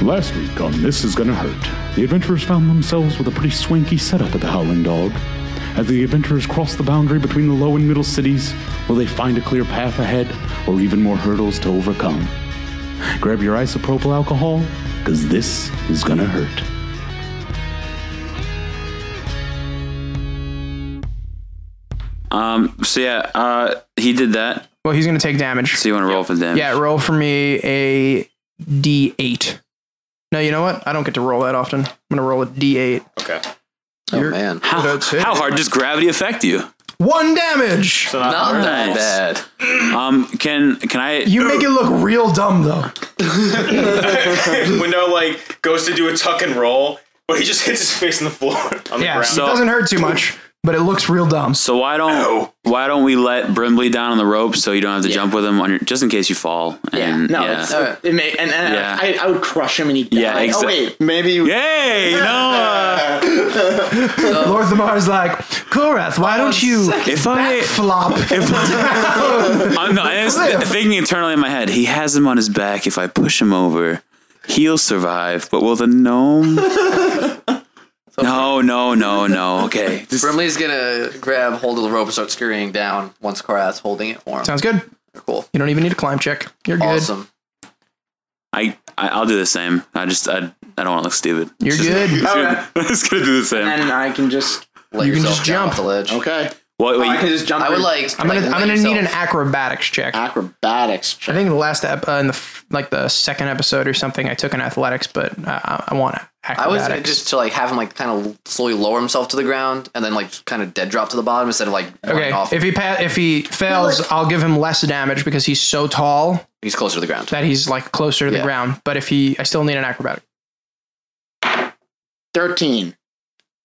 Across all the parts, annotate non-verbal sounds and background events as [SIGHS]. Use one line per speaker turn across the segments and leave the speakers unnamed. Last week on This Is Gonna Hurt, the adventurers found themselves with a pretty swanky setup at the Howling Dog. As the adventurers cross the boundary between the low and middle cities, will they find a clear path ahead or even more hurdles to overcome? Grab your isopropyl alcohol, because this is gonna hurt.
Um, so yeah, uh, he did that.
Well, he's going to take damage.
So you want to roll for damage?
Yeah, roll for me a d8. No, you know what? I don't get to roll that often. I'm going to roll a d8.
Okay.
Oh
You're-
man,
How,
That's it.
how hard does gravity affect you?
One damage.
So not,
not that
nice.
bad.
Um, can can I?
You make it look real dumb though.
Window like goes to do a tuck and roll, but he just hits his face on the floor [LAUGHS] on the
Yeah,
ground.
it doesn't hurt too much, but it looks real dumb.
so why don't why don't we let Brimley down on the rope so you don't have to jump with him on your just in case you fall.
Yeah,
And,
no,
yeah.
It's, uh, it may, and, and
Yeah.
I, I would crush him and he'd die.
Yeah,
Oh,
exa-
wait, maybe you.
Yay! No.
Oh.
Lord Lamar's like, Korath, why don't you
If I
flop?
I'm not, I was
Cliff.
thinking internally in my head, he has him on his back. If I push him over, he'll survive. But will the
[LAUGHS]
gnome? no, no, no, no. Okay. Just-
Brimley's gonna grab hold of the rope and start scurrying down once Korath's holding it for him.
Sounds good.
cool.
You don't even need a climb check. You're good.
Awesome.
I, I, I'll do the same. I just, I, I don't want to look stupid. [LAUGHS]
[LAUGHS]
You're good.
Okay.
I'm just gonna do the same.
And I can just.
Let
You can
yourself
just
down
jump.
off the ledge.
Okay.
What,
I can
wait,
just jump.
I would
in.
like.
I'm gonna
like,
I'm
let
gonna need an
yourself-
acrobatics check. I
acrobatics. Check.
think the last ep- uh, in the f- like the second episode or something, I took an athletics, but uh, I, I want
I was
acrobatics.
uh, just to like have him like kind of slowly lower himself to the ground and then like kind of dead drop to the bottom instead of like
okay.
running off.
If he pa- if he fails, I'll give him less damage because he's so tall
He's closer to
[LAUGHS]
the ground.
that he's like closer to the
Yeah.
ground. But if he, I still need an acrobatic.
Thirteen.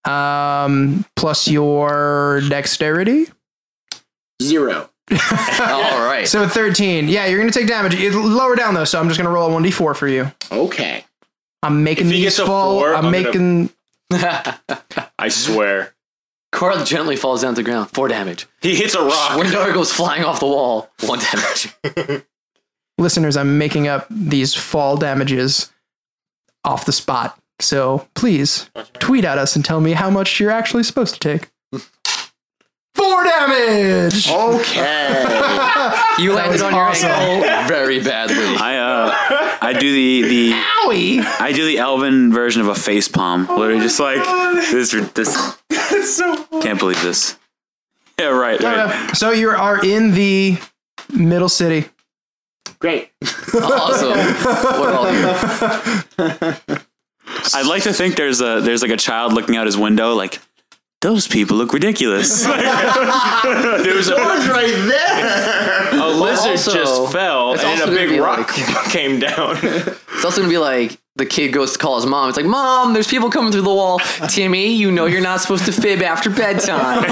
Um, plus your dexterity.
Zero.
All right.
So 13. Yeah, you're going to take damage. It, lower down, though, so I'm just going to roll a 1d4 for you.
Okay.
I'm making
If he
these
gets a
fall.
four,
I'm,
I'm gonna-
making.
I swear.
Coral gently falls down to the ground. Four damage.
He hits a rock.
Windar goes flying off the wall. One damage.
Listeners, I'm making up these fall damages off the spot. So please tweet at us and tell me how much you're actually supposed to take. [LAUGHS] Four damage! [LAUGHS]
Okay.
You landed
was
on your
awesome.
ankle [LAUGHS] very badly.
I, uh, I do the, the,
Owie!
I do the Elvin version of a face palm.
Oh
Literally, just like this.
[LAUGHS]
This can't believe this. [LAUGHS] Yeah, right.
Uh,
right.
[LAUGHS] So you are in the middle city.
Great. [LAUGHS]
Awesome. We're all here.
I'd like to think there's a there's like a child looking out his window, like those people look
[LAUGHS]
ridiculous. there was a,
That's right there.
A lizard
also-
just fell
it's
and
also
a
gonna
big
be
rock [LAUGHS]
[LAUGHS]
came down.
It's also gonna be like the kid goes to call his mom. It's like, Mom, there's people coming through the wall. Timmy, you know you're not supposed to fib after bedtime.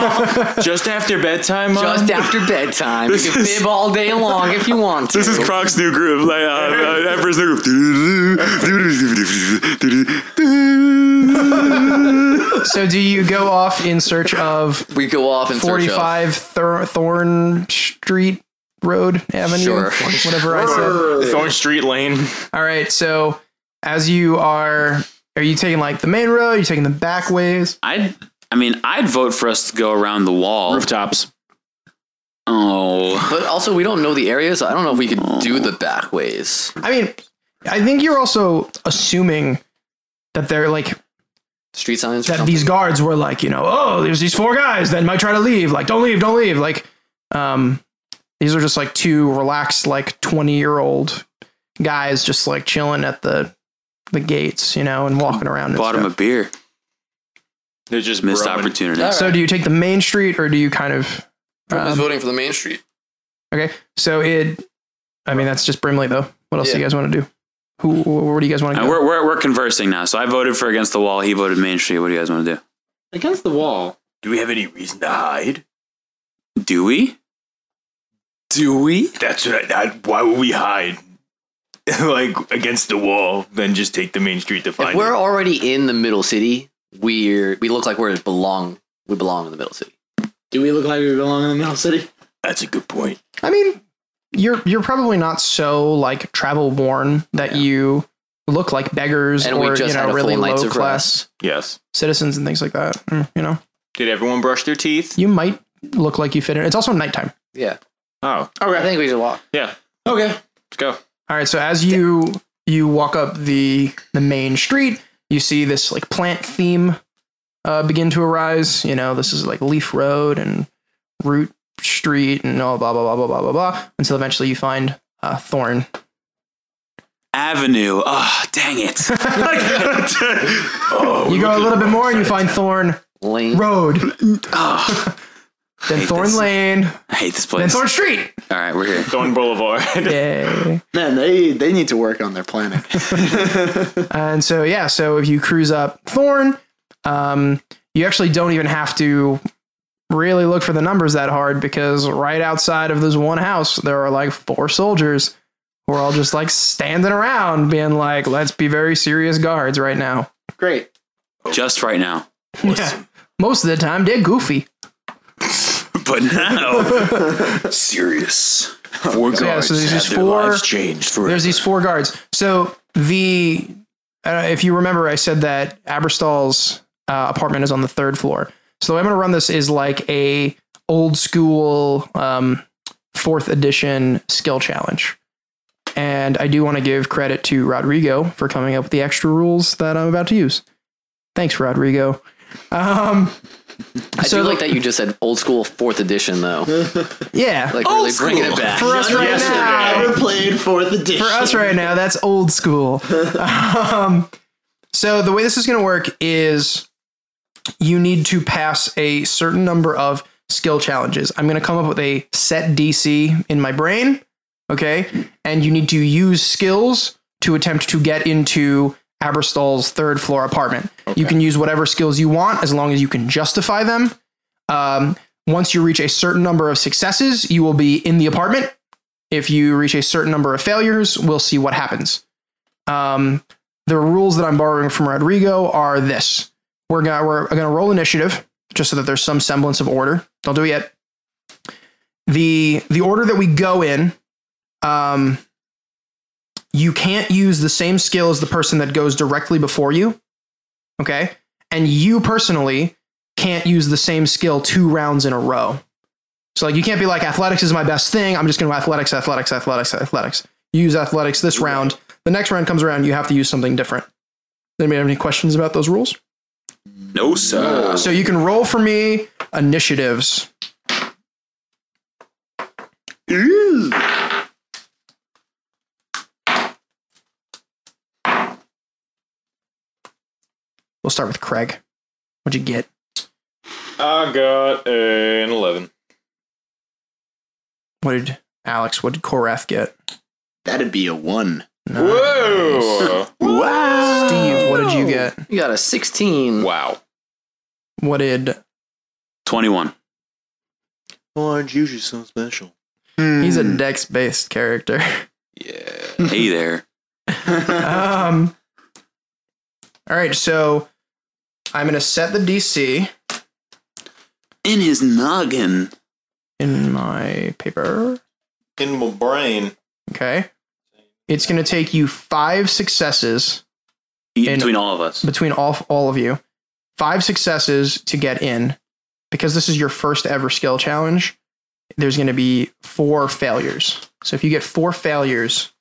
[LAUGHS]
just after bedtime, Mom.
Just after bedtime. You
This
can
is-
fib all day long if you [LAUGHS] want to.
this is Croc's new groove, like uh, uh, Emperor's new groove.
[LAUGHS]
[LAUGHS]
So do you go off in search of
we go off and search of-
45 Thor- Thorn Street Road Avenue.
Sure.
Whatever I said.
Thorn Street Lane.
All right. So, as you are, are you taking like the main road? Are you taking the back ways?
I'd, I mean, I'd vote for us to go around the wall.
Rooftops.
Oh,
But also, we don't know the area, so I don't know if we could do the back ways.
I mean, I think you're also assuming that they're like,
Street signs. Or
that
something.
these guards were like, you know, oh, there's these four guys that might try to leave. Like, don't leave, don't leave. Like, um, these are just like two relaxed, like 20 year old guys just like chilling at the, the gates, you know, and walking around. and
bought him
stuff.
a beer.
They're just
Missed
broken.
opportunity.
All right.
So do you take the main street or do you kind of
I'm just
um,
voting for the main street.
Okay. So it I mean that's just Brimley though. What else do you
Yeah.
guys want to do? Who where do you guys want to
Uh,
go?
we're, we're, we're conversing now. So I voted for against the wall. He voted Main Street. What do you guys want to
Against the wall.
Do we have any reason to hide?
do? Do we?
Do we? That's what I. I why would we hide? [LAUGHS] like against the wall, then just take the main street to
If
find.
we're
it.
already in the middle city, we're we look like we're belong. We belong in the middle city.
Do we look like we belong in the middle city?
That's a good point.
I mean, you're you're probably not so like travel worn that you look like beggars
And we
or
just
you know
had a
really
full
low
night's of
class
Yes.
citizens and things like that. Mm, you know,
Did everyone brush their teeth?
you might look like you fit in. It's also nighttime.
Yeah.
Oh,
I think we should walk.
yeah.
Okay.
Let's go.
All right, so as you you walk up the the main street, you see this like plant theme uh, begin to arise. You know, this is like Leaf Road and Root Street and all blah blah blah blah blah blah blah. Until eventually you find uh, Thorn.
Avenue. Oh, dang it.
you go a little bit more and you find Thorn
[SIGHS]
Lane.
Road,
Oh,
then
hate
Thorn
this.
Lane,
I hate this
then
place.
Thorn Street.
All right, we're here.
Thorn Boulevard. [LAUGHS]
Yay.
Man, they they need to work on their planning.
[LAUGHS]
[LAUGHS]
And so yeah, so if you cruise up Thorn, um, you actually don't even have to really look for the numbers that hard because right outside of this one house there are like four soldiers who are all just like standing around being like, let's be very serious guards right now.
Great.
Just right now.
Yeah. Most of the time they're goofy.
But now. [LAUGHS] Serious. Four guards.
yeah, so there's these
have their
four-
lives changed forever.
There's these four guards. So the uh, if you remember, I said that Aberstall's uh, apartment is on the third floor. So the way I'm going to run this is like a old school um, fourth edition skill challenge. And I do want to give credit to Rodrigo for coming up with the extra rules that I'm about to use. Thanks, Rodrigo. Um,
I
so-
do like that you just said old school fourth edition though.
yeah.
Like really bringing it back.
For us right now.
Never played fourth edition.
for us right now that's old school um, so the way this is going to work is you need to pass a certain number of skill challenges i'm going to come up with a set dc in my brain okay and you need to use skills to attempt to get into aberstall's third floor apartment you can use whatever skills you want as long as you can justify them um, once you reach a certain number of successes you will be in the apartment if you reach a certain number of failures, we'll see what happens. Um, the rules that I'm borrowing from Rodrigo are this: we're gonna we're gonna roll initiative just so that there's some semblance of order. Don't do it yet. the The order that we go in, um, you can't use the same skill as the person that goes directly before you. Okay, and you personally can't use the same skill two rounds in a row. So like you can't be like athletics is my best thing. I'm just going to athletics, athletics, athletics, athletics. You use athletics this round. The next round comes around, you have to use something different. Anybody have any questions about those rules?
No, sir.
So you can roll for me initiatives. We'll start with Craig. What'd you get?
I got an 11.
What did Alex? What did Korath get?
That'd be a one.
Whoa!
Wow.
Steve, what did you get?
[LAUGHS] You got a sixteen.
wow.
What did
21.
Orange usually so special.
He's a dex based character. [LAUGHS]
Hey there.
um, all right, so I'm gonna set the DC
In his noggin.
in my paper.
In my brain.
Okay, it's gonna take you five successes
Eat
In-
between all of us.
between all all of you, five successes to get in, because this is your first ever skill challenge. There's gonna be four failures. So if you get four failures,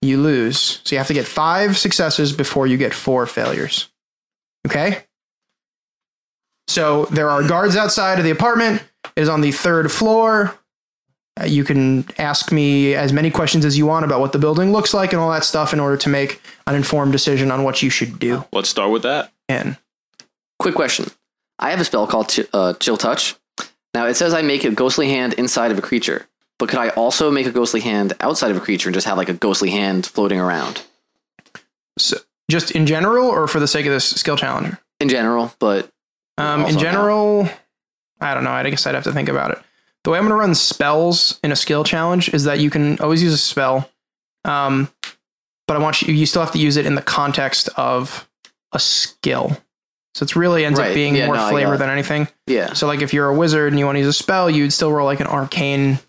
you lose. So you have to get five successes before you get four failures. Okay? So there are guards outside of the apartment. It is on the third floor. Uh, you can ask me as many questions as you want about what the building looks like and all that stuff in order to make an informed decision on what you should do.
Let's start with that.
And
Quick question. I have a spell called chi- uh, Chill Touch. Now, it says I make a ghostly hand inside of a creature, but could I also make a ghostly hand outside of a creature and just have like a ghostly hand floating around
just in general, or for the sake of this skill challenge?
in general? But
Um,
Also
in
not.
general, I don't know. I guess I'd have to think about it. The way I'm going to run spells in a skill challenge is that you can always use a spell, um, but I want you. You still have to use it in the context of a skill. So it's really ends up
Right.
being
Yeah,
more
no, I got
flavor
it.
than anything.
yeah,
So like if you're a wizard and you want to use a spell, you'd still roll like an arcane,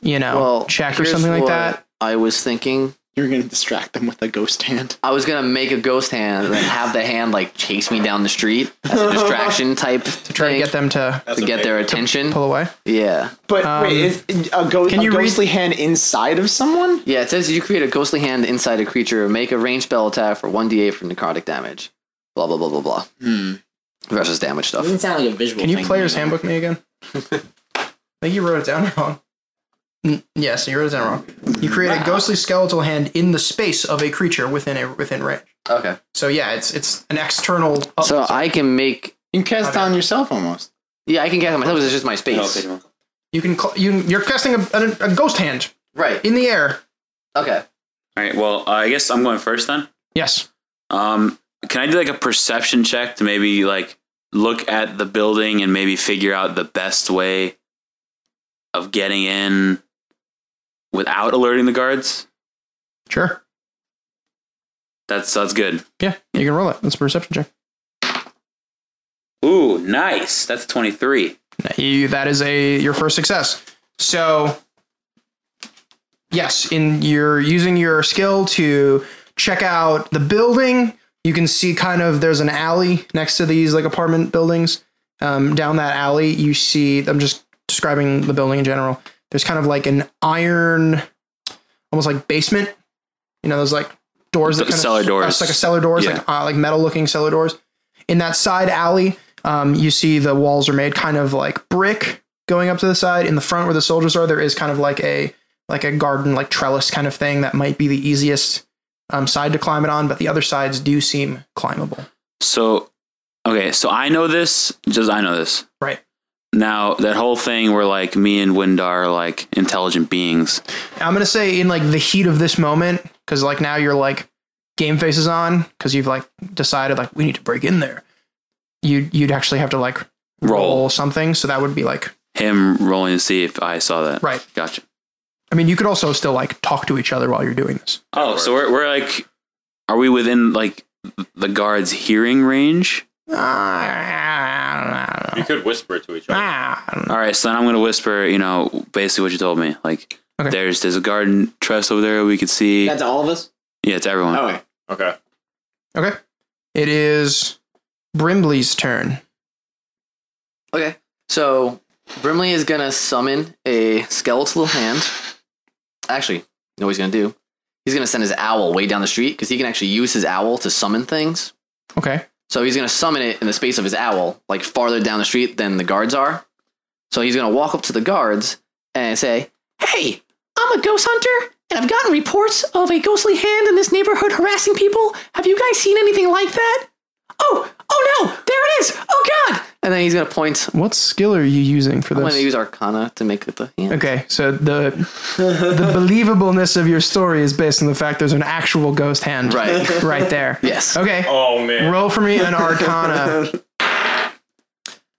you know,
well,
check or
here's
something like
what
that.
I was thinking
You're gonna distract them with a ghost hand.
I was gonna make a ghost hand and then have the hand like chase me down the street as a distraction type to
Try [LAUGHS] to get them to
to get their attention.
pull away.
Yeah,
But
Um,
wait, is a, ghost,
can
a
you read-
ghostly hand inside of someone?
yeah. It says you create a ghostly hand inside a creature, make a range spell attack for one d8 for necrotic damage. Blah blah blah blah blah.
Hmm.
Versus damage stuff.
Doesn't sound like a visual.
Can you
thing,
player's
you know?
handbook me [LAUGHS] again? I think you wrote it down wrong. N- Mm, Yes, you wrote it down wrong. You create a ghostly skeletal hand in the space of a creature within a within range.
Okay,
So yeah, it's it's an external. up-
Oh, so uh, I can make.
You can cast
Okay.
on yourself almost. Oh,
Yeah, I can cast it myself. 'cause It's just my space.
you can cl- you you're casting a, a, a ghost hand
Right.
in the air.
Okay.
All right. Well, I guess I'm going first then.
Yes.
Um, can I do like a perception check to maybe like look at the building and maybe figure out the best way of getting in without alerting the guards?
Sure.
That's that's good.
Yeah, you can roll it. That's a perception check.
Ooh, nice. That's twenty three.
You, that is a your first success. So yes, in you're using your skill to check out the building. You can see kind of there's an alley next to these like apartment buildings. Um, down that alley, you see. I'm just describing the building in general. There's kind of like an iron, almost like basement. You know, those like doors that kind
Cellar
of,
doors.
uh, like a cellar doors, like uh, like metal looking cellar doors. In that side alley, um, you see the walls are made kind of like brick going up to the side. In the front where the soldiers are, there is kind of like a like a garden like trellis kind of thing that might be the easiest um, side to climb it on, but the other sides do seem climbable.
So okay, so I know this. Just I know this.
Right.
Now that whole thing where like me and Windar are like intelligent beings.
I'm gonna say in like the heat of this moment, because like now you're like game face is on because you've like decided like we need to break in there. You you'd actually have to like
Roll.
roll something, so that would be like
Him rolling to see if I saw that.
Right.
Gotcha.
I mean you could also still like talk to each other while you're doing this.
Oh, so we're we're like, are we within like the guards' hearing range?
Ah, I don't know.
You could whisper to each other.
Ah, I don't know.
All right, so then I'm gonna whisper. You know, basically what you told me. Like,
Okay.
there's there's a garden trellis over there we could see.
That's all of us.
yeah, it's everyone.
Okay.
Okay.
Okay. It is Brimley's turn.
Okay. So Brimley is gonna summon a skeletal hand. Actually, you know what he's gonna do? He's gonna send his owl way down the street because he can actually use his owl to summon things.
Okay.
So he's gonna summon it in the space of his owl, like farther down the street than the guards are. So he's gonna walk up to the guards and say, "Hey, I'm a ghost hunter, and I've gotten reports of a ghostly hand in this neighborhood harassing people. Have you guys seen anything like that?" Oh, oh no, there it is! Oh God! And then he's gonna point
What skill are you using for
I'm going to
this?
use Arcana to make it the hand.
Okay, so the the believableness of your story is based on the fact there's an actual ghost hand
[LAUGHS] Right.
right there.
[LAUGHS] yes.
Okay.
Oh man.
Roll for me an
[LAUGHS]
arcana.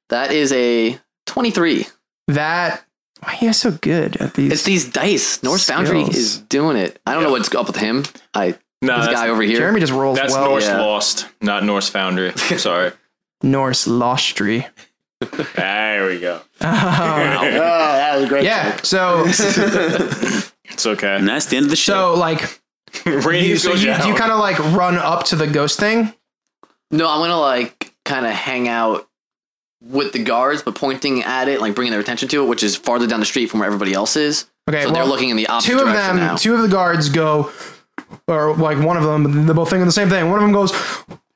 That is a 23.
that why are you so good at these?
It's these dice. Norse Foundry
Skills.
is doing it. I don't know what's up with him. I
No,
Uh,
this
that's,
guy over here.
Jeremy just rolls
that's
well.
Norse
yeah.
Lost, not Norse Foundry. I'm sorry.
Norse Lostry.
There we go.
[LAUGHS] Oh, that was great.
yeah.
[LAUGHS]
So
It's okay.
And that's the end of the show.
so like
Rainy
you, so
goes
you,
out.
you kind of like run up to the ghost thing.
No, I'm going to like kind of hang out with the guards, but pointing at it, like bringing their attention to it, which is farther down the street from where everybody else is.
Okay.
So they're
well,
looking in the opposite
two of
direction
them.
now.
Two of the guards go, or like one of them. They're both thinking the same thing. One of them goes,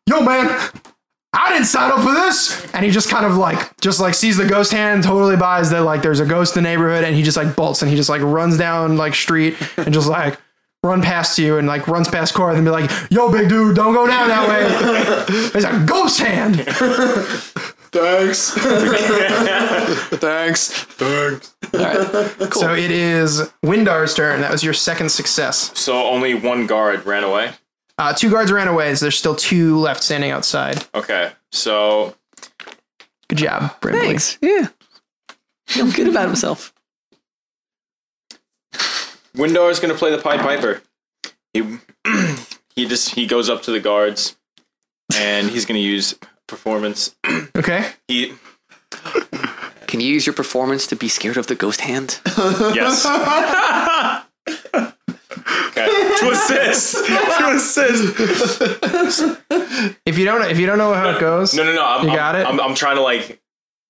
"Yo, man." I didn't sign up for this, and he just kind of like, just like sees the ghost hand, totally buys that like there's a ghost in the neighborhood, and he just like bolts and he just like runs down like street and just like run past you and like runs past Cora and be like, "Yo, big dude, don't go down that way." There's a ghost hand.
Thanks. Thanks. Thanks.
So it is Windar's turn. That was your second success.
So only one guard ran away.
Uh, two guards ran away, so there's still two left standing outside.
Okay. So
Good job, Brimley.
Thanks. Yeah. Feeling good about himself.
Windar is gonna play the Pied Piper. He [CLEARS THROAT] he just he goes up to the guards, and he's gonna use performance.
Okay.
He
Can you use your performance to be scared of the ghost hand?
yes. okay.
to assist. to assist.
If you don't, if you don't know how it goes,
No, no, no. I'm,
You
I'm-
got it?
I'm, I'm trying to like.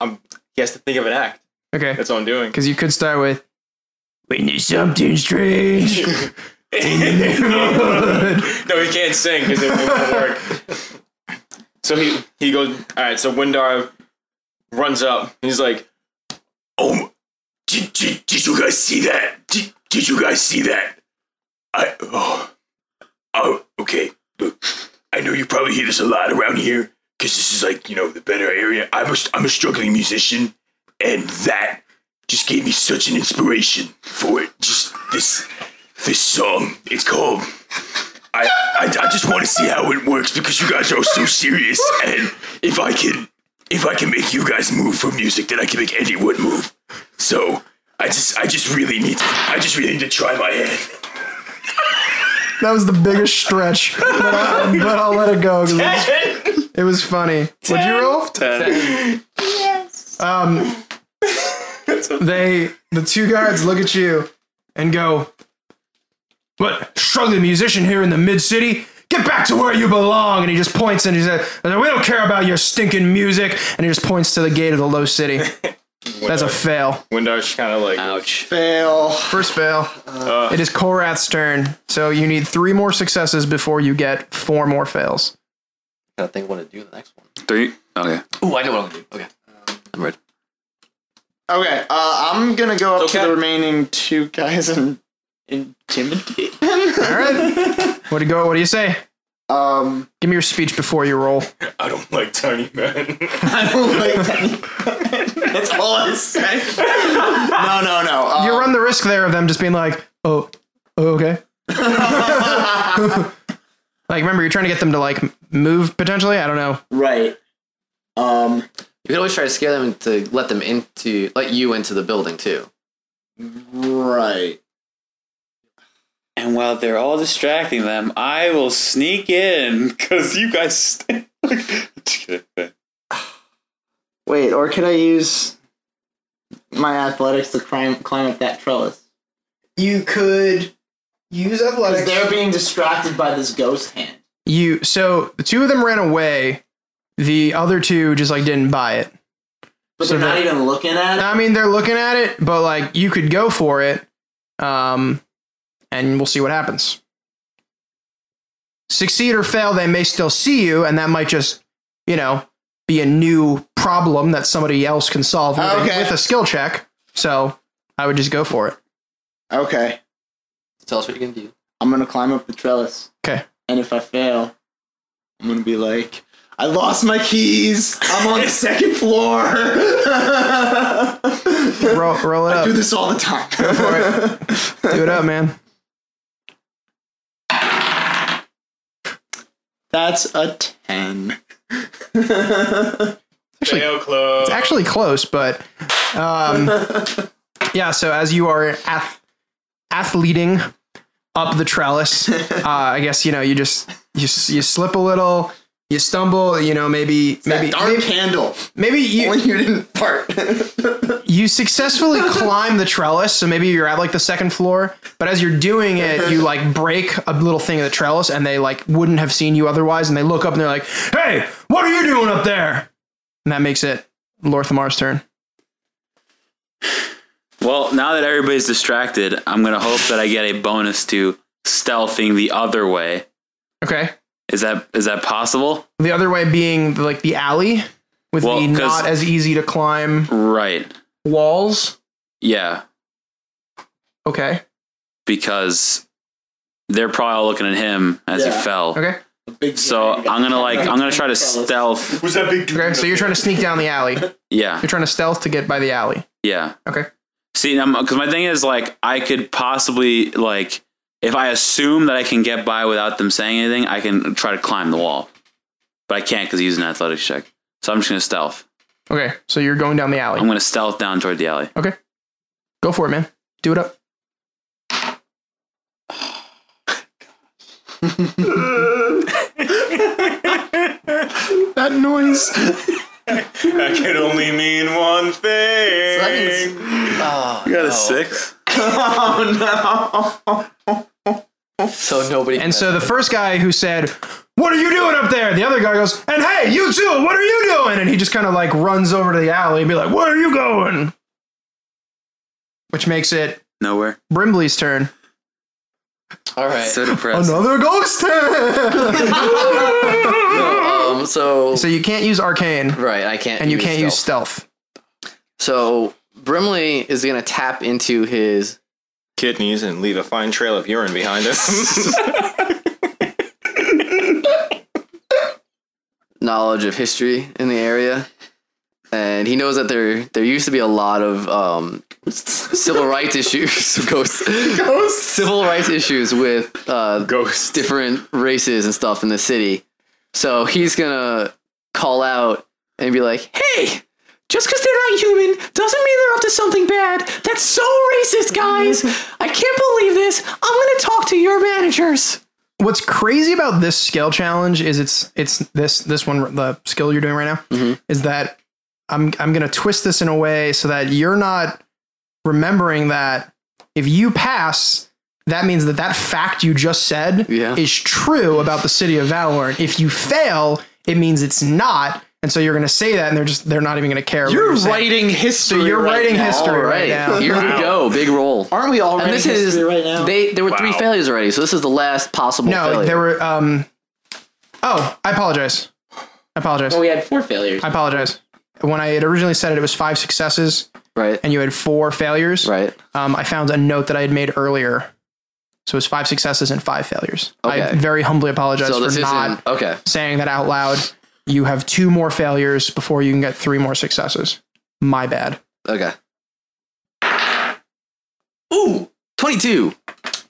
I'm. He has to think of an act.
okay,
That's what I'm doing.
because you could start with we knew something strange.
[LAUGHS] No, he can't sing because it won't work. So he he goes. All right. So Windar runs up. He's like,
Oh, did, did, did you guys see that? Did, did you guys see that? I oh, oh okay. Look, I know you probably hear this a lot around here because this is like you know the better area. I'm a, I'm a struggling musician, and that just gave me such an inspiration for it. Just this this song. It's called. I, I, I just want to see how it works because you guys are so serious, and if I can if I can make you guys move for music, then I can make anyone move. So I just I just really need to, I just really need to try my hand.
That was the biggest stretch, but, I, but I'll let it go. 'cause It was, it was funny. Would you roll? Um, they the two guards look at you and go, "What struggling musician here in the mid city? Get back to where you belong!" And he just points and he says, "We don't care about your stinking music." And he just points to the gate of the low city. That's a fail.
Windar's kind of like.
Ouch.
Fail.
First fail.
Uh.
it is Korath's turn, so you need three more successes before you get four more fails.
Gotta think what to do the next one.
Three. Okay.
Ooh, I know what I'm gonna do. Okay. I'm ready.
Okay, uh, I'm gonna go up to
Okay.
the remaining two guys and intimidate them.
All right. what do you go? What do you say?
Um,
Give me your speech before you roll.
I don't like tiny men.
[LAUGHS] I don't like that. That's all I say. No, no, no. Uh,
you run the risk there of them just being like, "Oh, oh okay."
[LAUGHS]
like, remember, you're trying to get them to like m- move potentially. I don't know.
right. Um,
You can always try to scare them to let them into, let you into the building too.
right.
And while they're all distracting them, I will sneak in [LAUGHS] because you guys. St- Just kidding.
Wait, or could I use my athletics to climb climb up that trellis?
You could use
Because
athletics.
they're being distracted by this ghost hand.
You so the two of them ran away. The other two just like didn't buy it.
But
So
they're not
the-
even looking at it.
I mean, they're looking at it, but like you could go for it, um, and we'll see what happens. Succeed or fail, they may still see you, and that might just, you know, be a new problem that somebody else can solve with, a-
Okay.
with a skill check. So I would just go for it.
Okay,
Tell us what you're gonna do.
I'm gonna climb up the trellis.
Okay.
And if I fail, I'm gonna be like, I lost my keys. I'm on the [LAUGHS] second floor. [LAUGHS] I
Roll, roll it up.
do
Do
this all the time. [LAUGHS]
it up, man.
That's a ten.
Fail club.
It's actually close, but um, yeah. So as you are ath- athleting up the trellis, uh, I guess you know you just you s- you slip a little, you stumble, you know maybe
Maybe
maybe
dark
maybe,
candle.
maybe you
Only you didn't fart.
you successfully climb the trellis, so maybe you're at like the second floor. But as you're doing it, you like break a little thing of the trellis, and they like wouldn't have seen you otherwise, and they look up and they're like, "Hey, what are you doing up there?" And that makes it Lorthamar's turn.
Well, now that everybody's distracted, I'm gonna hope that I get a bonus to stealthing the other way.
Okay.
Is that is that possible?
The other way being like the alley with
Well,
the
'cause-
not as easy to climb
Right.
walls.
Yeah.
Okay.
Because they're probably all looking at him as he
Yeah.
fell.
Okay.
Big
So
yeah, you got
I'm gonna like I'm gonna try to
Fellas.
stealth.
Was that big dude?
Okay. So you're trying to sneak down the alley. You're
Yeah.
trying to stealth to get by the alley.
Yeah.
Okay.
See, because my thing is like I could possibly like if I assume that I can get by without them saying anything, I can try to climb the wall, but I can't because he's an athletics check. So I'm just gonna stealth.
Okay. So you're going down the alley.
I'm gonna stealth down toward the alley.
Okay. Go for it, man. Do it up.
[LAUGHS] that noise.
I can only mean one thing.
Seconds.
You got a six.
Oh no.
So nobody.
And so the first guy who said, "What are you doing up there?" The other guy goes, "And hey, you too. What are you doing?" And he just kind of like runs over to the alley and be like, "Where are you going?" Which makes it
Nowhere.
Brimley's turn.
all right.
So depressed.
Another ghost turn.
um, so,
[LAUGHS] so you can't use arcane,
right, I can't.
and you can't use
stealth.
stealth.
So Brimley is gonna tap into his
Kidneys and leave a fine trail of urine behind
[LAUGHS]
us.
knowledge of history in the area, and he knows that there there used to be a lot of um, civil rights issues, [LAUGHS] ghosts, civil rights issues with uh,
Ghost.
different races and stuff in the city. So he's gonna call out and be like, "Hey, just because they're not human doesn't mean they're up to something bad. That's so racist, guys. I can't believe this. I'm gonna talk to your managers."
what's crazy about this skill challenge is it's it's this this one the skill you're doing right now
Mm-hmm.
is that I'm I'm gonna twist this in a way so that you're not remembering that if you pass that means that that fact you just said
Yeah.
is true about the city of Valorant. If you fail, it means it's not, and so you're gonna say that, and they're just they're not even gonna care. what
[LAUGHS] You're
saying.
writing history.
So you're
right
writing
now.
history
All
right, now.
Here we go. Big roll.
Aren't we all
And
writing
this
history
is
right now?
they. There were three failures already, so this is the last possible.
[LAUGHS]
no,
failure.
there were. Um, oh, I apologize. I apologize.
Well, we had four failures.
I apologize. When I had originally said it, it was five successes
right,
and you had four failures.
right.
Um, I found a note that I had made earlier. So it was five successes and five failures. I
Okay.
very humbly apologize
So this
for
isn't
not
okay.
saying that out loud. You have two more failures before you can get three more successes. My bad.
Okay. Ooh, twenty-two.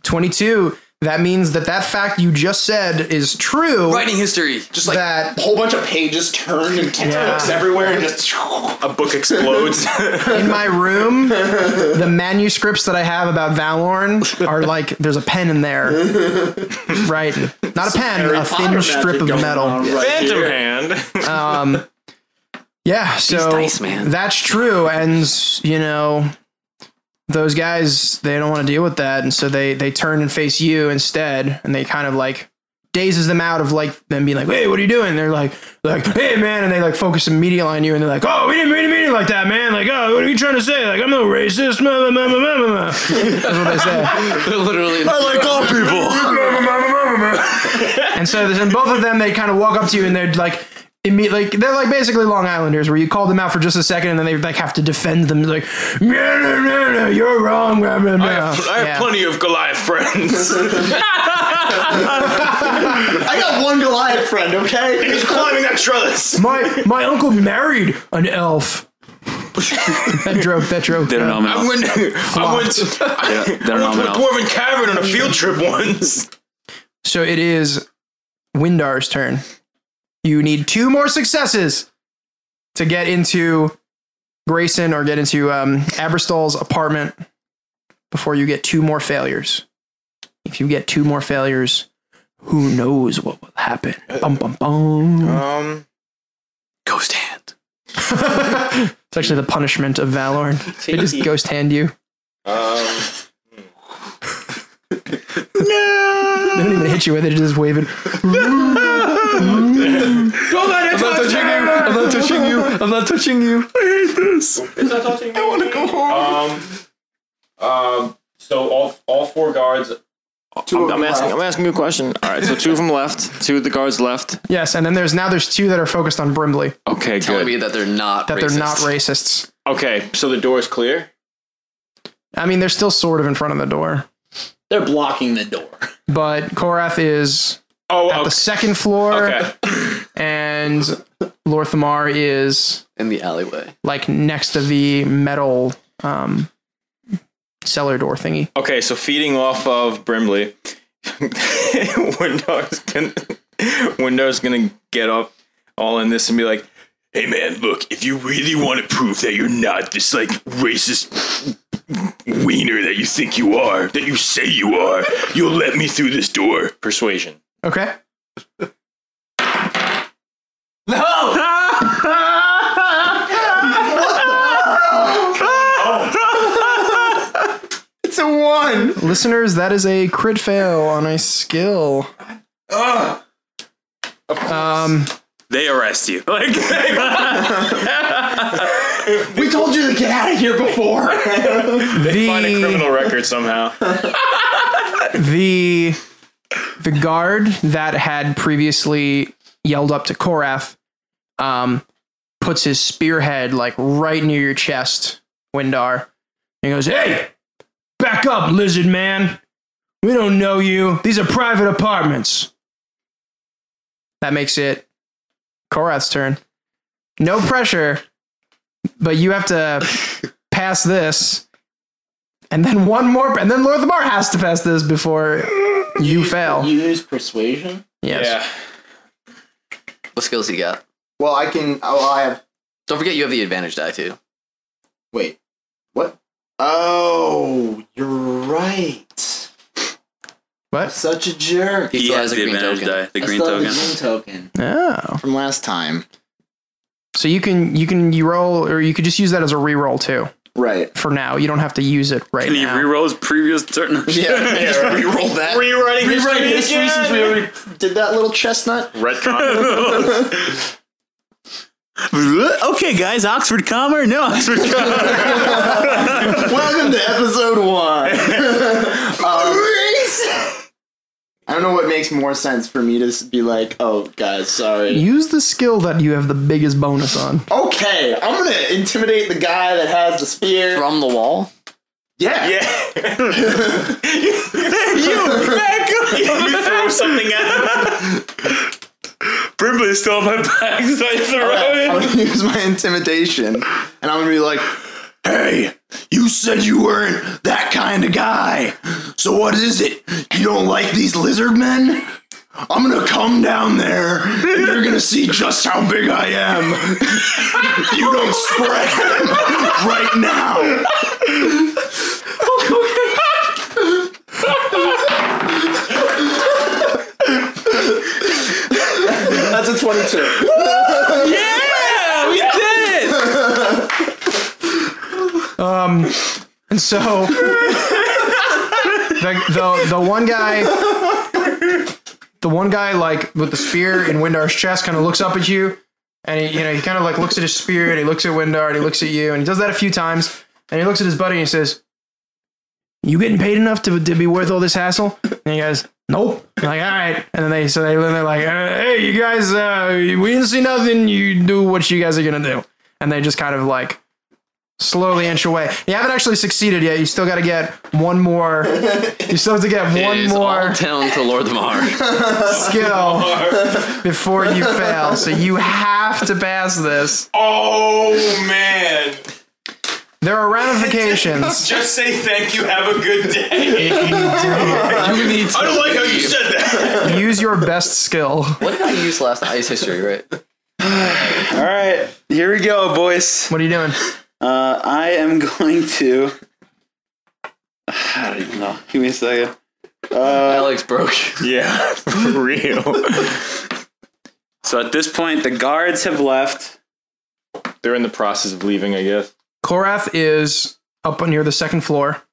22. That means that that fact you just said is true.
Writing history. Just like
That
a whole bunch of pages turned and textbooks
Yeah.
everywhere and just
a book
[LAUGHS]
explodes.
in my room, the manuscripts that I have about Valorn are like there's a pen in there, right? Not a pen, a thin strip of metal.
Phantom hand.
Um, yeah, so
dice, man.
that's true, and you know those guys they don't want to deal with that, and so they they turn and face you instead, and they kind of like dazes them out of like them being like, hey, what are you doing? they're like, like, hey, man, and they like focus immediately on you, and they're like, oh, we didn't mean to mean it like that, man. Like, oh, what are you trying to say? Like, I'm no racist. Ma, ma, ma, ma, ma, ma. [LAUGHS] That's what they say. [LAUGHS]
literally.
And so then both of them, they kind of walk up to you, and they're like. imme- Like they're like basically Long Islanders, where you call them out for just a second, and then they like have to defend them. Like, no, no, no, no, you're wrong. Blah, blah, blah.
I have, I have
Yeah.
plenty of Goliath
[LAUGHS]
friends.
I got one Goliath friend, okay?
He's climbing that
[LAUGHS]
trellis.
My my uncle married an
[LAUGHS]
elf. that drove. That drove.
They don't know
I
me.
went. I went. To, I,
They don't
went to
know
a
me.
dwarven cavern on a field trip
[LAUGHS]
once.
So it is Windar's turn. You need two more successes to get into Grayson or get into um, Aberstall's apartment before you get two more failures. If you get two more failures, who knows what will happen? Bum, bum, bum.
Um.
Uh, Ghost hand.
[LAUGHS] it's actually the punishment of Valorn. They just ghost hand you.
Um.
They don't even hit you with it. They just wave it.
I'm not touching you. I'm not touching you. I'm not touching you.
I want to go home. Um, um, so all all four guards. I'm, I'm asking. I'm asking you a question. All right. So two of them left. Two of the guards left.
Yes, and then there's now there's two that are focused on Brimley
Okay.
telling
Good.
me that they're not
that
racist.
they're not racists.
Okay. So the door is clear.
I mean, they're still sort of in front of the door,
They're blocking the door.
but Korath is
Oh.
at the
Okay.
second floor,
okay.
and Lorthamar is
in the alleyway.
like next to the metal um, cellar door thingy.
Okay. So feeding off of Brimley, [LAUGHS] Window's gonna Window's gonna get up all in this and be like,
Hey man, look, if you really want to prove that you're not this like racist wiener that you think you are, that you say you are, you'll let me through this door.
persuasion.
Okay,
It's a one.
listeners, that is a crit fail on a skill. Um,
They arrest
[LAUGHS]
you. Like
We told you to get out of here before.
They find a
The-
criminal record somehow.
the the guard that had previously yelled up to Korath um, puts his spearhead like right near your chest, Windar. And he goes, "Hey, back up, lizard man. We don't know you. These are private apartments." That makes it Korath's turn. No pressure, but you have to pass this. And then one more, and then Lorthamar has to pass this before
[LAUGHS]
you fail.
Use persuasion.
Yes.
What skills do you got?
well, I can. Oh, I have.
Don't forget you have the advantage
[LAUGHS]
die too.
Wait. What? Oh, you're right.
What?
Such a jerk.
He
he
still
has
has a
the
green
advantage
token.
die. The
I
green
still have
token.
The green token.
Oh.
From last time.
So you can you can you roll or you could just use that as a reroll too
Right. [LAUGHS]
for now. You don't have to use it right
Can he
now.
reroll his previous turn?
Yeah. just reroll that.
Rewriting
Rewrite history since we already did that little chestnut.
[LAUGHS]
okay, guys, Oxford Commer? No, Oxford Commer.
Welcome to
[LAUGHS]
episode one. Um, I don't know what makes more sense for me to s- be like, oh, guys, sorry.
use the skill that you have the biggest bonus on.
Okay, I'm gonna intimidate the guy that has the spear.
From the wall?
Yeah. yeah.
you throw something at him. Brimley stole my bag,
[LAUGHS]
so I throw
[LAUGHS] I'm
it.
gonna use my intimidation, and I'm gonna be like, "Hey, you said you weren't that kind of guy. So what is it? You don't like these lizard men? I'm gonna come down there, and you're gonna see just how big I am. If you don't spread [LAUGHS] right now." That's a 22.
Yeah, we did it.
And so [LAUGHS] the, the the one guy the one guy like with the spear in Windar's chest kind of looks up at you and he you know he kind of like looks at his spear and he looks at Windar and he looks at you and he does that a few times and he looks at his buddy and he says you getting paid enough to, to be worth all this hassle and he goes nope I'm like all right and then they so they they're like uh, hey you guys uh, we didn't see nothing you do what you guys are gonna do and they just kind of like slowly inch away. You haven't actually succeeded yet. You still got to get one more. You still have to get one
[LAUGHS] It is all
more
down to Lord
[LAUGHS]
Lamar.
[LAUGHS]
skill before you fail. So you have to pass this.
Oh man!
There are ramifications.
Just say thank you. Have a good day.
[LAUGHS] you need
I don't like how you said that.
Use your best skill.
What did I use last ice history, right?
All right, here we go, boys.
What are you doing?
Uh, I am going to. I don't even know. Give me a second.
Alex broke.
Yeah, for real. so at this point, the guards have left.
They're in the process of leaving, I guess.
Korath is up near the second floor.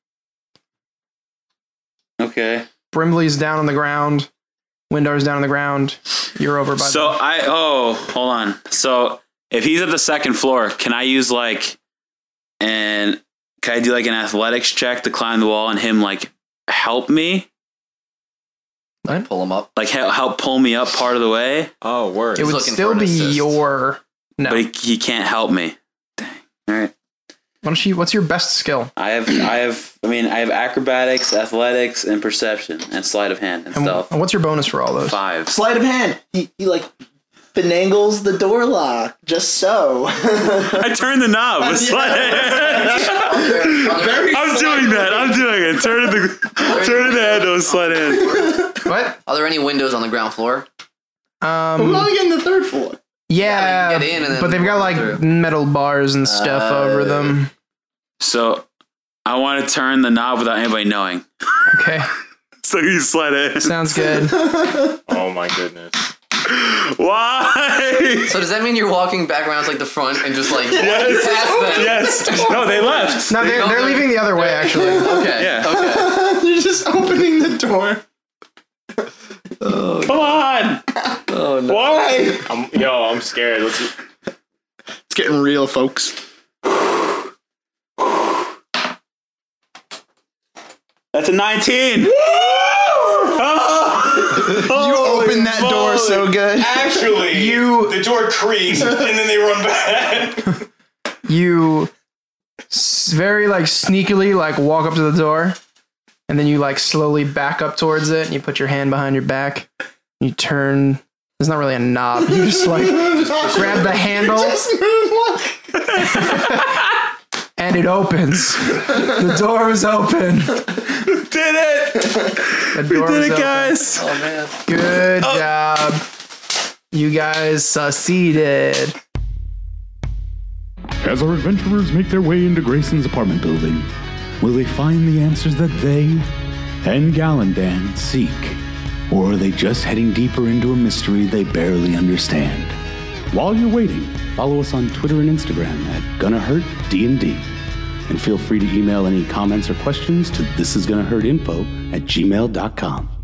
Okay.
Brimley's down on the ground. Windar's down on the ground. You're over by
So I oh hold on. So if he's at the second floor, can I use like an can I do like an athletics check to climb the wall and him like help me
Pull him up.
like he- help pull me up part of the way,
Oh, word.
the, it would
looking
still
for an
be
assist.
your. No.
but
Why
he, he can't help me. Dang. All right.
don't you? What's your best skill?
I have I have I mean I have acrobatics, athletics, and perception, and sleight of hand and
And,
stuff.
and what's your bonus for all those?
Five.
[LAUGHS] Sleight of hand. He, he like finangles the door lock just so. [LAUGHS]
I turned the knob. with sleight of hand. I'm doing that. I'm doing it. Turn the turn the handle. with Sleight of hand.
What?
Are there any windows on the ground floor?
Um,
We're only getting the third floor.
Yeah,
Yeah, they can get in and then
but they've got
walk
like
through. Uh,
metal bars and stuff over them.
So I want to turn the knob without anybody knowing.
Okay,
[LAUGHS] So you slide it.
[LAUGHS]
sounds good.
Oh my goodness.
Why?
So does that mean you're walking back around to like the front and just like past them?
yes. No, they left.
No, they're, they're leaving the other way, actually.
Okay.
Yeah.
Okay.
You're just opening the door.
Come on.
Oh no.
Why?
I'm, yo, I'm scared. Let's.
It's getting real, folks.
That's a Ah! 19.
you open that door so good.
Actually,
You-
the door creaks and then they run back.
You s- very like sneakily like walk up to the door, and then you like slowly back up towards it, and you put your hand behind your back. And you turn. There's not really a knob. You just
[LAUGHS]
like grab the handle, [LAUGHS] and it opens. The door is open.
Did it.
The door
Did
is
it,
open.
guys. Oh.
Oh man.
Good job. You guys succeeded.
As our adventurers make their way into Grayson's apartment building, will they find the answers that they and Gallandan seek? Or are they just heading deeper into a mystery they barely understand? While you're waiting, follow us on Twitter and Instagram at Gonna Hurt D&D. And feel free to email any comments or questions to thisisgonnahurtinfo at gmail.com.